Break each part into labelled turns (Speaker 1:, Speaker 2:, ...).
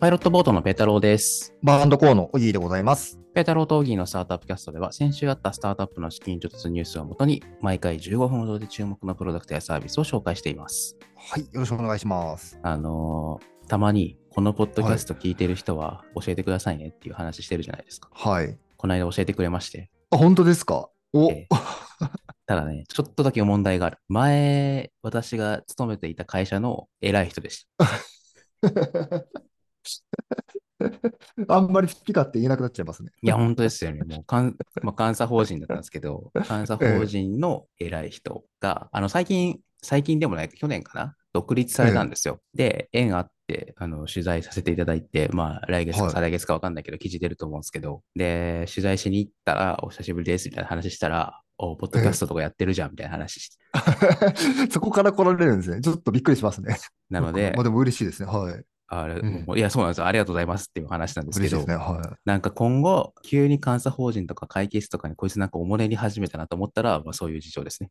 Speaker 1: パイロットボートのペータローです。
Speaker 2: バーンドコーのオギーでございます。
Speaker 1: ペータローとオギーのスタートアップキャストでは、先週あったスタートアップの資金調達ニュースをもとに、毎回15分ほどで注目のプロダクトやサービスを紹介しています。
Speaker 2: はい、よろしくお願いします。
Speaker 1: あのーたまに、このポッドキャスト聞いてる人は教えてくださいねっていう話してるじゃないですか。
Speaker 2: はい。
Speaker 1: この間教えてくれまして。
Speaker 2: あ、本当ですかお、
Speaker 1: えただね、ちょっとだけ問題がある。前、私が勤めていた会社の偉い人でした。
Speaker 2: あんまり好き勝手言えなくなっちゃいますね。
Speaker 1: いや、本当ですよね。もうかん、 まあ、監査法人だったんですけ ど、監査法人の偉い人が、あの、最近、最近でもない、去年かな、独立されたんですよ。で、縁あって、あの、取材させていただいて、まあ、来月
Speaker 2: は
Speaker 1: か
Speaker 2: い
Speaker 1: 再来月か分かんないけど、記事出ると思うんですけど、で、取材しに行ったら、お久しぶりです、みたいな話したら、お、ポッドキャストとかやってるじゃん、みたいな話して。
Speaker 2: そこから来られるんですね。ちょっとびっくりしますね。
Speaker 1: なので
Speaker 2: まあ、でも嬉しいですね。はい。
Speaker 1: あれ、
Speaker 2: うん
Speaker 1: もういや、そうなんですよ。ありがとうございますっていう話なんです
Speaker 2: 嬉
Speaker 1: け
Speaker 2: しいで
Speaker 1: ど
Speaker 2: す、ね。は
Speaker 1: なんか今後、急に監査法人とか会計士とかにこいつなんかおもねり始めたなと思ったら、まあ、そういう事情ですね。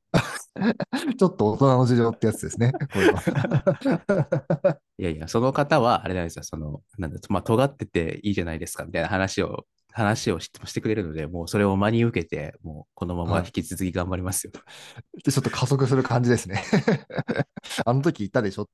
Speaker 2: い。ちょっと大人の事情ってやつですね。 これは。
Speaker 1: いやいや、その方は、あれなんですよ、その、なんだ、まあ、尖ってていいじゃないですか、みたいな話を、話をしてしてくれるので、もうそれを真に受けて、もうこのまま
Speaker 2: はい
Speaker 1: 引き続き頑張りますよ。
Speaker 2: でちょっと加速する感じですね。 あの時言ったでしょ。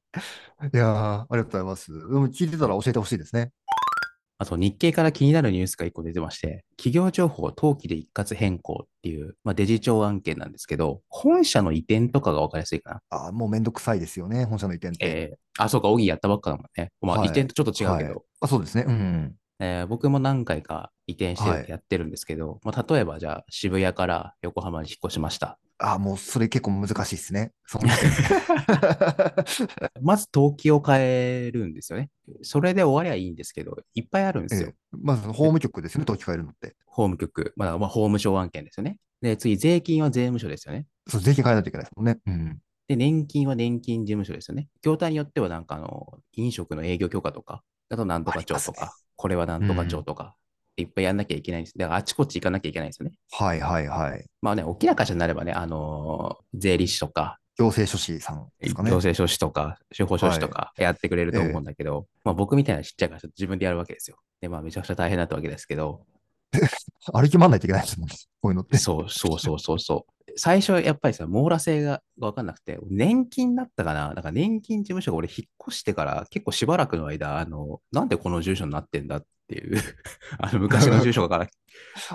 Speaker 2: いやー、ありがとうございます。でも聞いてたら教えてほしいですね。
Speaker 1: あと、日経から気になるニュースが一個出てまして、企業情報登記で一括変更っていう、まあ、デジ庁案件なんですけど、本社の移転とかが分かりやすいかな。
Speaker 2: あーもうめんどくさいですよね。本社の移転って。
Speaker 1: えーあ、そうか、オギーやったばっかだもんね。まあ、
Speaker 2: はい
Speaker 1: 移転とちょっと違うけど、
Speaker 2: はいあ、そうですね。うん。
Speaker 1: えー僕も何回か移転し
Speaker 2: は
Speaker 1: て
Speaker 2: い
Speaker 1: やってるんですけど、まあ、例えばじゃあ渋谷から横浜に引っ越しました。
Speaker 2: あーもうそれ結構難しいですね。そうですね
Speaker 1: まず登記を変えるんですよね。それで終わりゃいいんですけど、いっぱいあるんですよ。
Speaker 2: ええまず法務局ですね、登記変えるのって。
Speaker 1: 法務局、まあ、まあ法務省案件ですよね。で、次、税金は税務署ですよね。
Speaker 2: そう、税金変えないといけないですもんね。うん。
Speaker 1: で、年金は年金事務所ですよね。業態によっては、なんかあの、飲食の営業許可とか、あとなんとか町と
Speaker 2: あります
Speaker 1: か、これはなんとか
Speaker 2: う
Speaker 1: 町
Speaker 2: ん
Speaker 1: とか、いっぱいやんなきゃいけないんです。だからあちこち行かなきゃいけないんですよね。
Speaker 2: はいはいはい。
Speaker 1: まあね、大きな会社になればね、あのー税理士とか、
Speaker 2: 行政書士さんですかね
Speaker 1: 行。政書士とか、司法書士とかやってくれると思うんだけど、まあ僕みたいなちっちゃい会社自分でやるわけですよ。で、まあめちゃくちゃ大変だったわけですけ ど、
Speaker 2: 歩き回らないといけないですもんね。こういうのって。
Speaker 1: そうそうそうそうそう。最初やっぱりさ、網羅性が分かんなくて、年金だったかななんか年金事務所が俺引っ越してから結構しばらくの間、あの、なんでこの住所になってんだっていう、あの昔の住所から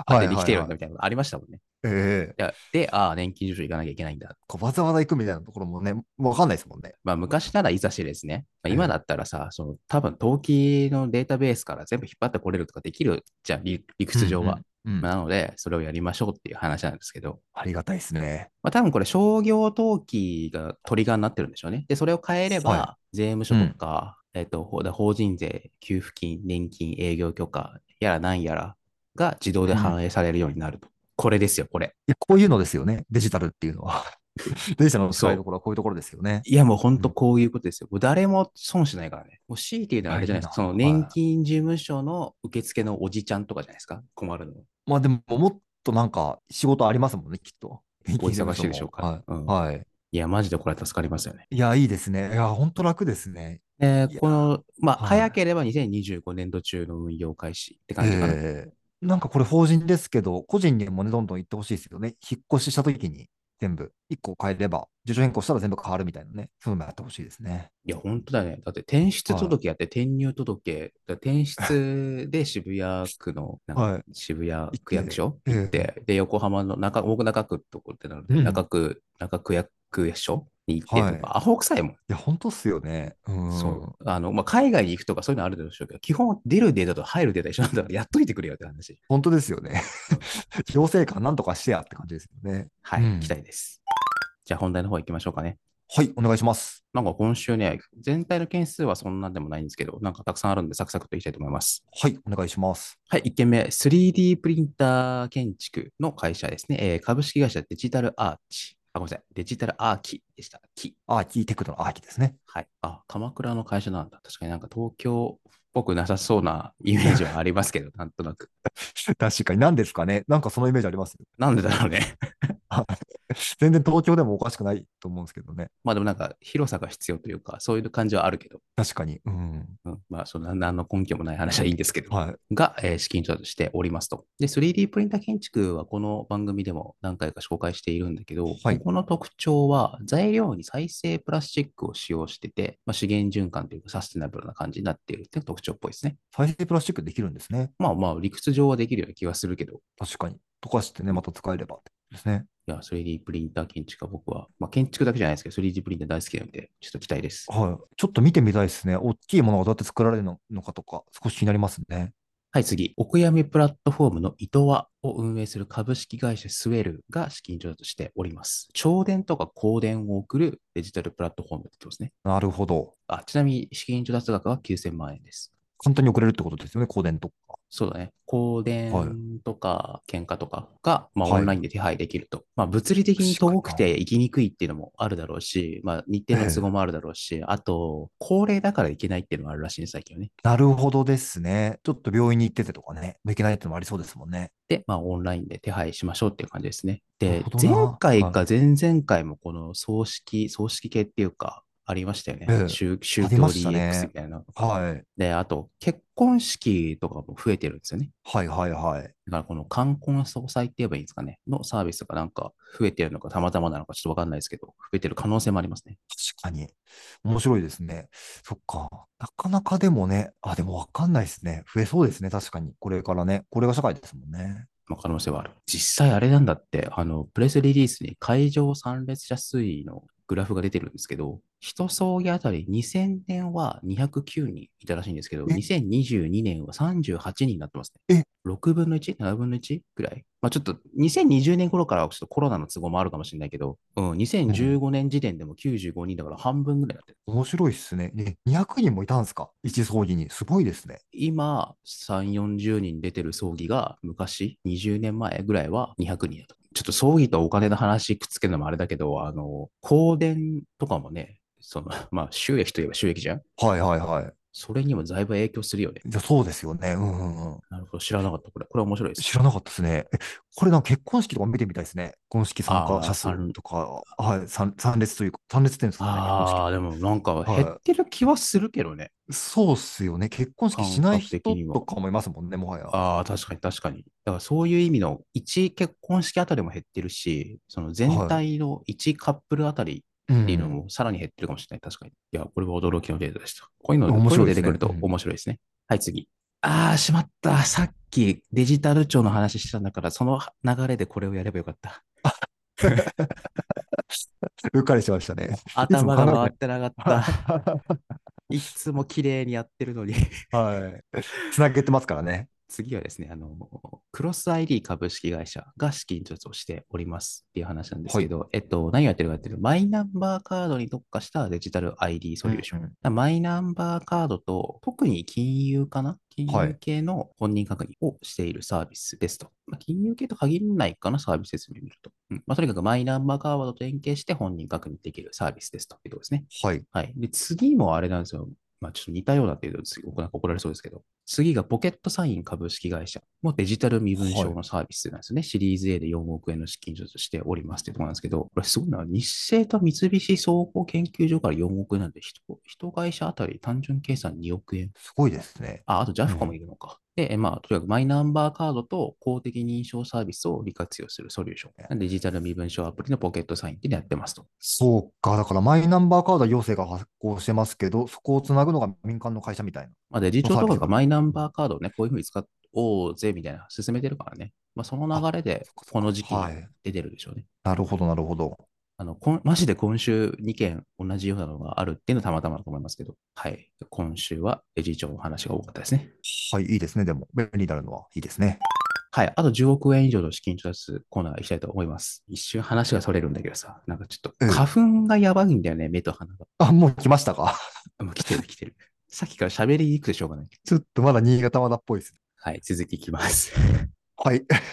Speaker 1: 当てに来てるんだみたいなのがありましたもんね。
Speaker 2: え
Speaker 1: い
Speaker 2: え
Speaker 1: やで、ああ、年金事務所行かなきゃいけないんだ
Speaker 2: こうわざわざ行くみたいなところもね、わかんないですもんね。
Speaker 1: まあ、昔ならいざしですね。まあ
Speaker 2: ええ
Speaker 1: 今だったらさ、その多分登記のデータベースから全部引っ張ってこれるとかできるじゃん、理理屈上は。
Speaker 2: うんうん。うん
Speaker 1: まあなので、それをやりましょうっていう話なんですけど、
Speaker 2: ありがたいですね。
Speaker 1: まあ、多分これ、商業登記がトリガーになってるんでしょうね。で、それを変えれば、
Speaker 2: は
Speaker 1: 税務署とか、えっと、ほだ法人税、給付金、年金、営業許可、やらなんやらが自動で反映されるようになると。これですよ、これ。
Speaker 2: いや、こういうのですよね。デジタルっていうのは。 デジタルの使いどころはこういうところですよね。
Speaker 1: いや、もう本当
Speaker 2: うん
Speaker 1: こういうことですよ。もう誰も損しないからね。もう強いて言うのはあれじゃないですか。そ
Speaker 2: あいい
Speaker 1: の
Speaker 2: な
Speaker 1: 年金事務所の受付のおじちゃんとかじゃないですか。困るの。
Speaker 2: まあでも、もっとなんか仕事ありますもんね、きっと。
Speaker 1: お忙しいでしょうか。う
Speaker 2: はい。
Speaker 1: ん
Speaker 2: はい。
Speaker 1: いや、マジでこれ助かりますよね。
Speaker 2: いや、いいですね。いや、ほんと楽ですね。
Speaker 1: で
Speaker 2: いや
Speaker 1: この、まあ、
Speaker 2: はい
Speaker 1: 早ければ2025年度中の運用開始って感じかな。
Speaker 2: ええなんかこれ法人ですけど、個人にもね、どんどん行ってほしいですよね。引っ越ししたときに全部、1個変えれば、住所変更したら全部変わるみたいなね。そういうのやってほしいですね。
Speaker 1: いや、本当だよね。だって転出届やって転入届、だから転出で渋谷区の、なんか
Speaker 2: はい。
Speaker 1: 渋谷
Speaker 2: て
Speaker 1: 区役所
Speaker 2: ええ
Speaker 1: 行って、で、横浜の中、僕中区とこってなので、
Speaker 2: うん
Speaker 1: 中区、中区役所に行って、
Speaker 2: はい
Speaker 1: アホ臭いもん。
Speaker 2: いや、本当っすよね。うん。
Speaker 1: そう。あの、まあ、海外に行くとかそういうのあるでしょうけど、基本出るデータと入るデータ一緒なんだから、やっといてくれよって話。
Speaker 2: 本当ですよね。 行政官なんとかしてやって感じですよね。
Speaker 1: はい、
Speaker 2: うん
Speaker 1: 期待です。じゃあ本題の方行きましょうかね。
Speaker 2: はい、お願いします。
Speaker 1: なんか今週ね、全体の件数はそんなんでもないんですけど、なんかたくさんあるんでサクサクといきたいと思います。
Speaker 2: はい、お願いします。
Speaker 1: はい、1件目、3D プリンター建築の会社ですね。えー株式会社デジタルアーチ。あ、ごめんなさい。デジタルアーキでした。キ。
Speaker 2: アーキーテクノのアーキーですね。
Speaker 1: はい。あ、鎌倉の会社なんだ。確かになんか東京っぽくなさそうな イメージはあり ますけど、なんとなく。
Speaker 2: 確かに何ですかね。なんかそのイメージあります。
Speaker 1: なんでだろうね。
Speaker 2: 全然東京でもおかしくないと思うんですけどね。
Speaker 1: まあでもなんか広さが必要というか、そういう感じはあるけど、
Speaker 2: 確かに。うん。
Speaker 1: うん、まあその何の根拠もない話はいいんですけど、
Speaker 2: はい。
Speaker 1: が、えー資金調達しておりますと。で、3D プリンター建築はこの番組でも何回か紹介しているんだけど、
Speaker 2: はい
Speaker 1: ここの特徴は材料に再生プラスチックを使用してて、まあ、資源循環というかサステナブルな感じになっているっていうのが特徴っぽいですね。
Speaker 2: 再生プラスチックできるんですね。
Speaker 1: まあまあ理屈上はできるような気がするけど、
Speaker 2: 確かに。溶かしてね、また使えればってことですね。
Speaker 1: いや、3D プリンター建築は僕は、まあ建築だけじゃないですけど、3D プリンター大好きなので、ちょっと期待です。
Speaker 2: はい。ちょっと見てみたいですね。大きいものがどうやって作られるののかとか、少し気になりますね。
Speaker 1: はい、次。お悔やみプラットフォームの伊藤はを運営する株式会社スウェルが資金調達しております。超電とか光電を送るデジタルプラットフォームってことですね。
Speaker 2: なるほど。
Speaker 1: あ、ちなみに資金調達額は9000万円です。
Speaker 2: 簡単に送れるってことですよね、香典とか。
Speaker 1: そうだね。光
Speaker 2: はい
Speaker 1: 電とか喧嘩とかが、まあ、
Speaker 2: は
Speaker 1: オ
Speaker 2: い
Speaker 1: ンラインで手配できると。まあ、物理的に
Speaker 2: 確かに
Speaker 1: 遠くて行きにくいっていうのもあるだろうし、まあ、日程の都合もあるだろうし、あと、高齢だから行けないっていうのもあるらしいんです、最近はね。
Speaker 2: なるほどですね。ちょっと病院に行っててとかね、できないってのもありそうですもんね。
Speaker 1: で、まあ、オンラインで手配しましょうっていう感じですね。
Speaker 2: な
Speaker 1: で
Speaker 2: るほ、ど
Speaker 1: 前
Speaker 2: な
Speaker 1: 回
Speaker 2: は
Speaker 1: か前々回もこの葬式、葬式系っていうか、ありましたよね。
Speaker 2: ええ
Speaker 1: 宗宗
Speaker 2: あ
Speaker 1: 教
Speaker 2: りました
Speaker 1: DX
Speaker 2: ね
Speaker 1: みたいな。
Speaker 2: はい。
Speaker 1: で、あと、結婚式とかも増えてるんですよね。
Speaker 2: はいはいはい。
Speaker 1: だから、この冠婚葬祭って言えばいいんですかね。のサービスがなんか増えてるのか、たまたまなのかちょっとわかんないですけど、増えてる可能性もありますね。
Speaker 2: 確かに。面白いですね。そっか。なかなかでもね、あ、でもわかんないですね。増えそうですね。確かに。これからね。これが社会ですもんね。
Speaker 1: まあ、可能性はある。実際あれなんだって、あの、プレスリリースに会場参列者推移のグラフが出てるんですけど、一葬儀あたり2000年は209人いたらしいんですけど、
Speaker 2: え
Speaker 1: 2022年は38人になってます
Speaker 2: え
Speaker 1: ね。6分の 1?7 分の 1? ぐらい。まあちょっと2020年頃からはちょっとコロナの都合もあるかもしれないけど、うん、2015年時点でも95人だから半分ぐらいになってる。
Speaker 2: 面白いっすね。ね200人もいたんですか一葬儀に。すごいですね。
Speaker 1: 今、3、40人出てる葬儀が昔、20年前ぐらいは200人だと。ちょっと葬儀とお金の話くっつけるのもあれだけど、あの、香典とかもね、その、 まあ、収益といえば収益じゃん
Speaker 2: はいはいはい。
Speaker 1: それにもだいぶ影響するよね。
Speaker 2: じゃあそうですよね。うんうんうん。
Speaker 1: なるほど、知らなかった。これ、これ面白いです。
Speaker 2: 知らなかったですね。えこれなんか結婚式とか見てみたいですね。婚式参
Speaker 1: あー
Speaker 2: 加者数とか、はい、参参列というか、参列点ですかね。結婚式
Speaker 1: ああ、でもなんか
Speaker 2: はい
Speaker 1: 減ってる気はするけどね。
Speaker 2: そうっすよね。結婚式しない人
Speaker 1: 感覚的には
Speaker 2: とかもいますもんね、もはや。
Speaker 1: ああ、確かに確かに。だからそういう意味の1結婚式あたりも減ってるし、その全体の1カップルあたりっていうの
Speaker 2: うん
Speaker 1: もさらに減ってるかもしれない。確かに。いや、これは驚きのデータでした。こういうの、こ
Speaker 2: 面
Speaker 1: ういうの
Speaker 2: 白い
Speaker 1: 出
Speaker 2: で
Speaker 1: て
Speaker 2: すね
Speaker 1: くると
Speaker 2: うん
Speaker 1: 面白いですね。はい、次。ああ、しまった。さっきデジタル庁の話してたんだから、その流れでこれをやればよかった。
Speaker 2: うっかりしてまし たね。
Speaker 1: 頭が回ってなかった。
Speaker 2: はい
Speaker 1: つも綺麗にやってるのに。
Speaker 2: い。つなげてますからね。
Speaker 1: 次はですね、あの、クロス ID 株式会社が資金調達をしておりますっていう話なんですけど、えっと、何をやってるかっていうと、マイナンバーカードに特化したデジタル ID ソリューション。
Speaker 2: うん
Speaker 1: だからマイナンバーカードと、特に金融かな金
Speaker 2: は
Speaker 1: 融
Speaker 2: い
Speaker 1: 系の本人確認をしているサービスですと。まあ金融系と限らないかな、サービス説明を見ると。うんまあ、とにかくマイナンバーカードと連携して本人確認できるサービスですというところですね。
Speaker 2: はい。
Speaker 1: はい。で、次もあれなんですよ。まあ、ちょっと似たようなっていうと、次なんか怒られそうですけど、次がポケットサイン株式会社もデジタル身分証のサービスなんですよね。シリーズ A で4億円の資金調達しておりますってところなんですけど、これすごいな。日清と三菱総合研究所から4億円なんで、人人会社あたり単純計算2億円。
Speaker 2: すごいですね。
Speaker 1: あ、あと
Speaker 2: ん
Speaker 1: JAF かもいるのか。で、えまあ、とにかくマイナンバーカードと公的認証サービスを利活用するソリューション。なんでデジタル身分証アプリのポケットサインっていうのやってますと。
Speaker 2: そうか。だからマイナンバーカードは行政が発行してますけど、そこをつなぐのが民間の会社みたいな。
Speaker 1: まあ、デジ庁と
Speaker 2: サー
Speaker 1: か
Speaker 2: ビス
Speaker 1: がマイナンバーカードをね、こういうふうに使おうぜみたいな、進めてるからね。まあ、その流れで
Speaker 2: そっかそっ、か
Speaker 1: この時期に
Speaker 2: はい
Speaker 1: 出てるでしょうね。
Speaker 2: なるほど、なるほど。
Speaker 1: あのこんマジで今週2件同じようなのがあるっていうのはたまたまだと思いますけど、はい。今週はデジ庁の話が多かったですね。
Speaker 2: はい、いいですね。でも、便利になるのはいいですね。
Speaker 1: はい。あと10億円以上の資金調達コーナー行きたいと思います。一瞬話がそれるんだけどさ、なんかちょっと
Speaker 2: うん
Speaker 1: 花粉がやばいんだよね、目と鼻が。
Speaker 2: あ、もう来ましたか。
Speaker 1: あもう来てる来てる。さっきから喋りにくくてしょうがない。
Speaker 2: ちょっとまだ新潟まだっぽいです。
Speaker 1: はい。続きいきます。
Speaker 2: はい。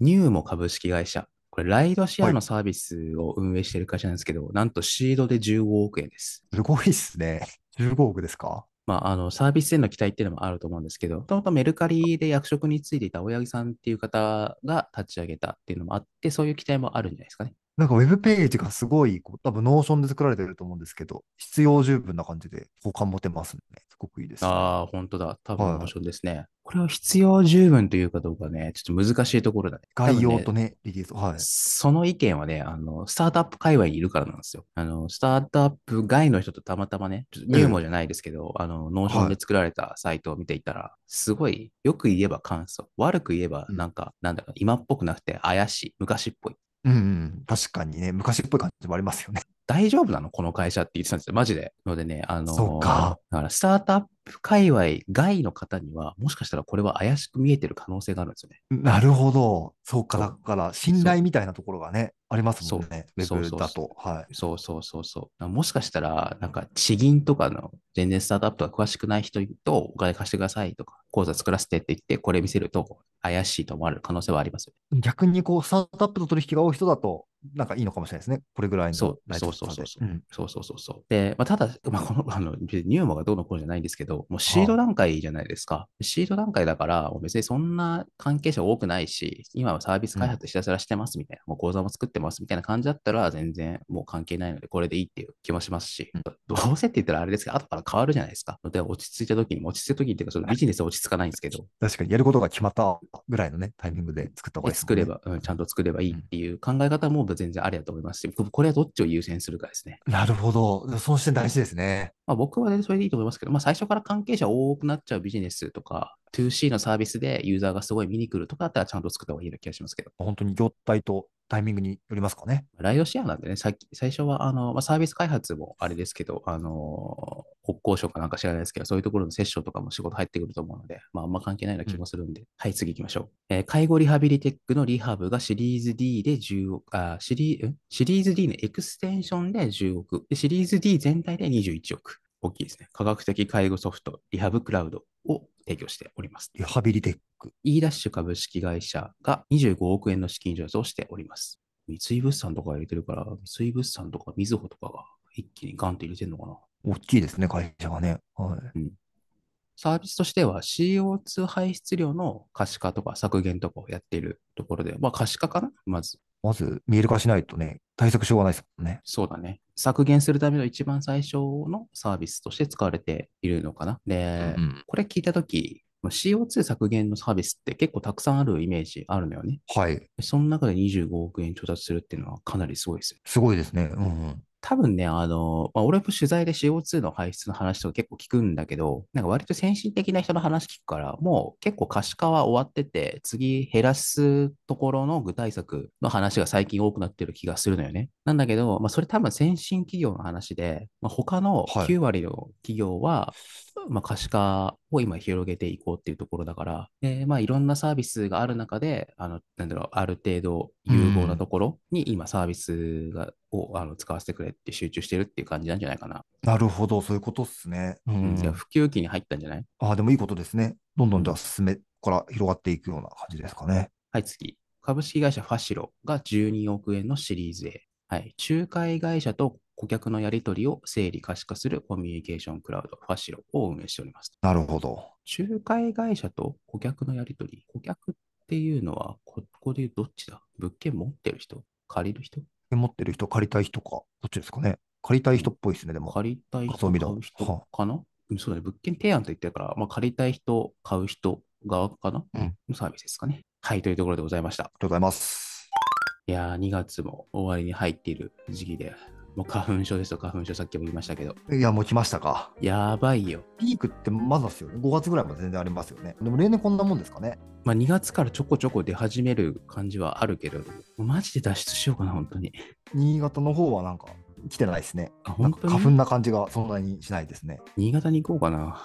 Speaker 1: ニューモ株式会社。これ、ライドシェア
Speaker 2: は
Speaker 1: のサービスを運営している会社なんですけど、なんとシードで15億円です。
Speaker 2: すごいっすね。15億ですか
Speaker 1: まあ、あの、サービスへの期待っていうのもあると思うんですけど、もともとメルカリで役職に就いていた大八木さんっていう方が立ち上げたっていうのもあって、そういう期待もあるんじゃないですかね。
Speaker 2: なんかウェブページがすごい、こう多分ノーションで作られてると思うんですけど、必要十分な感じで好感持てますね。すごくいいです、ね。
Speaker 1: ああ、本当だ。多分ノーションですね。はい、これは必要十分というかどうかね、ちょっと難しいところだね。
Speaker 2: 概要とね、ねリリース。はい。
Speaker 1: その意見はね、あの、スタートアップ界隈にいるからなんですよ。あの、スタートアップ外の人とたまたまね、ちょっとニューモじゃないですけど、うん、あの、ノーションで作られたサイトを見ていたら、はい、すごい、よく言えば簡素、悪く言えばなんか、うん、なんだろう、今っぽくなくて怪しい、昔っぽい。
Speaker 2: うん、うん、確かにね、昔っぽい感じもありますよね。
Speaker 1: 大丈夫なのこの会社って言ってたんですよ、マジで。のでね、あのー、
Speaker 2: そうか。
Speaker 1: だからスタートアップ界隈外の方には、もしかしたらこれは怪しく見えてる可能性があるんですよね。。
Speaker 2: なるほど。そうか、だから信頼みたいなところがね、ありますもんね、ウェブだと。はい
Speaker 1: そうそうそうそう。もしかしたら、なんか地銀とかの全然スタートアップが詳しくない人とお金貸してくださいとか、口座作らせてって言って、これ見せると怪しいと思われる可能性はありますよ、
Speaker 2: ね。逆にこう、スタートアップの取引が多い人だと、なんかいいのかもしれないですね。これぐらいの
Speaker 1: そうそうそうそう。うん、そうそうそうそう。で、まあ、ただ、 まあ、この、あの、ニューモがどうのこうじゃないんですけど、もうシード段階じゃないですか。はあ、シード段階だから、別にそんな関係者多くないし、今はサービス開発ひたすらしてますみたいな、うん、もう講座も作ってますみたいな感じだったら、全然もう関係ないので、これでいいっていう気もしますし、うん、どうせって言ったらあれですけど、後から変わるじゃないですか。で、落ち着いた時に、落ち着いた時っていうか、そのビジネスは落ち着かないんですけど。
Speaker 2: 確かに、やることが決まったぐらいのね、タイミングで作った方がいい、ね、
Speaker 1: 作れば、うん、ちゃんと作ればいいっていう考え方も、全然ありだと思いますし、これはどっちを優先するかですね。
Speaker 2: なるほど。その視点大事ですね。
Speaker 1: まあ、僕は、ね、それでいいと思いますけど、まあ、最初から関係者多くなっちゃうビジネスとか、2C のサービスでユーザーがすごい見に来るとかだったらちゃんと作った方がいいような気がしますけど。
Speaker 2: 本当に業態とタイミングによりますかね。
Speaker 1: ライドシェアなんでね、さっき最初はあの、まあ、サービス開発もあれですけど、あの国交省かなんか知らないですけど、そういうところのセッションとかも仕事入ってくると思うので、まあ、あんま関係ないような気もするんで、うん、はい、次行きましょう、えー、介護リハビリテックのリハブがシリーズ D で10億、あシリーシリーズ D のエクステンションで10億で、シリーズ D 全体で21億。大きいですね。科学的介護ソフト、リハブクラウドを提供しております。
Speaker 2: リハビリテック。
Speaker 1: E ダッシュ株式会社が25億円の資金上場をしております。三井物産とか入れてるから、三井物産とかみずほとかが一気にガンと入れてるのか、
Speaker 2: な。大きいですね、会社がね。はい
Speaker 1: うん。サービスとしては CO2 排出量の可視化とか削減とかをやっているところで、まあ可視化かな、まず。
Speaker 2: まず見える化しないとね、対策しようがないですもんね。
Speaker 1: そうだね。削減するための一番最初のサービスとして使われているのかな。で、うん、これ聞いたとき、CO2 削減のサービスって結構たくさんあるイメージあるのよね。
Speaker 2: はい。
Speaker 1: その中で25億円調達するっていうのはかなりすごいですよ。
Speaker 2: すごいですね。うん、うん
Speaker 1: 多分ね、あの、まあ、俺も取材で CO2 の排出の話とか結構聞くんだけど、なんか割と先進的な人の話聞くから、もう結構可視化は終わってて、次減らすところの具体策の話が最近多くなってる気がするのよね。なんだけど、まあ、それ多分先進企業の話で、まあ、他の9割の企業は、まあ、可視化を今広げていこうっていうところだから、でまあ、いろんなサービスがある中で、あのなんだろう、ある程度融合なところに今サービスが、をあの使わせてくれって集中してるっていう感じなんじゃないかな。
Speaker 2: なるほど、そういうことっすね。
Speaker 1: うん、普及期に入ったんじゃない
Speaker 2: ああ、でもいいことですね。どんどんじゃあ進めから広がっていくような感じですかね。
Speaker 1: はい、次。株式会社ファシロが12億円のシリーズ A。はい、仲介会社と顧客のやり取りを整理可視化するコミュニケーションクラウド、ファシロを運営しております。
Speaker 2: なるほど。
Speaker 1: 仲介会社と顧客のやり取り、顧客っていうのは、ここでどっちだ物件持ってる人借りる人
Speaker 2: 持ってる人、借りたい人か、どっちですかね。借りたい人っぽいですね、でも。
Speaker 1: 借りたい人、買う人かな、はあ、そうだね、物件提案と言ってるから、まあ、借りたい人、買う人側かな、うん、のサービスですかね。はい、というところでございました。あり
Speaker 2: がとうございます。
Speaker 1: いやー、2月も終わりに入っている時期で、もう花粉症ですよ、花粉症、さっきも言いましたけど。
Speaker 2: いや、もう来ましたか。
Speaker 1: やばいよ。
Speaker 2: ピークってまだですよね。5月ぐらいまで全然ありますよね。でも例年こんなもんですかね。
Speaker 1: まあ、2月からちょこちょこ出始める感じはあるけれども、マジで脱出しようかな、本当に。
Speaker 2: 新潟の方はなんか来てないですね。
Speaker 1: あ、本当
Speaker 2: 花粉な感じがそんなにしないですね。
Speaker 1: 新潟に行こうかな。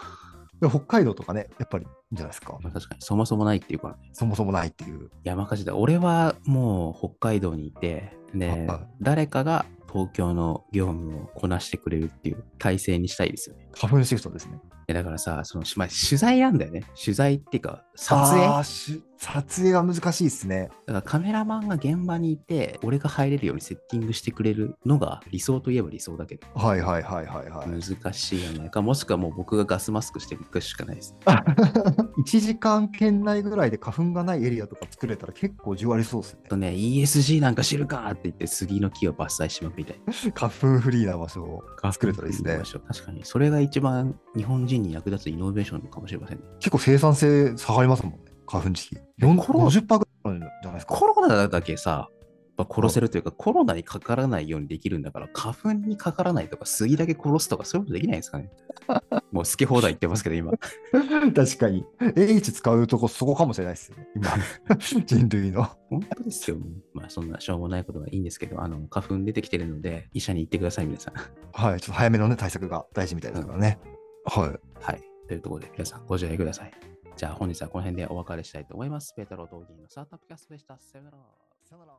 Speaker 2: 北海道とかね、やっぱりいいんじゃないですか。
Speaker 1: まあ、確かに、そもそもないっていうか、ね、
Speaker 2: そもそもないっていう。
Speaker 1: 山火事だ。俺はもう北海道にいて、ね、誰かが東京の業務をこなしてくれるっていう体制にしたいですよね。
Speaker 2: 花粉シフトですね。
Speaker 1: やだからさ、その、まあ取材なんだよね。取材っていうか、撮影
Speaker 2: あーし撮影は難しいですね。
Speaker 1: だからカメラマンが現場にいて、俺が入れるようにセッティングしてくれるのが理想といえば理想だけど、
Speaker 2: はいはいはいはいはい。
Speaker 1: 難しいよね。かもしくはもう僕がガスマスクしていくしかないです。
Speaker 2: 1時間圏内ぐらいで花粉がないエリアとか作れたら結構じわりそうです
Speaker 1: あとね、ESG なんか知るかって言って、杉の木を伐採しまくみたいな。
Speaker 2: ね。花粉フリーな場所を作れたらいいですね。
Speaker 1: 確かに。それが一番日本人に役立つイノベーションかもしれませんね。
Speaker 2: 結構生産性下がりますもんね。花粉時期。4
Speaker 1: コロナ
Speaker 2: 50%ぐらいじゃないですか。
Speaker 1: コロナだけさ、まあ殺せるというか、コロナにかからないようにできるんだから、花粉にかからないとか、杉だけ殺すとか、そういうことできないですか ね。もう好き放題言ってますけど、今。
Speaker 2: 確かに。H 使うとこそこかもしれないですよね。今。 人類の。
Speaker 1: 本当ですよ。まあ、そんなしょうもないことはいいんですけど、あの、花粉出てきてるので、医者に行ってください、皆さん。
Speaker 2: はい。ちょっと早めのね、対策が大事みたいですからね。はい。
Speaker 1: はい。というところで、皆さんご自愛ください。じゃあ、本日はこの辺でお別れしたいと思います。ペータロー・ドーギーのスタートアップキャストでした。さよなら。
Speaker 2: さよなら。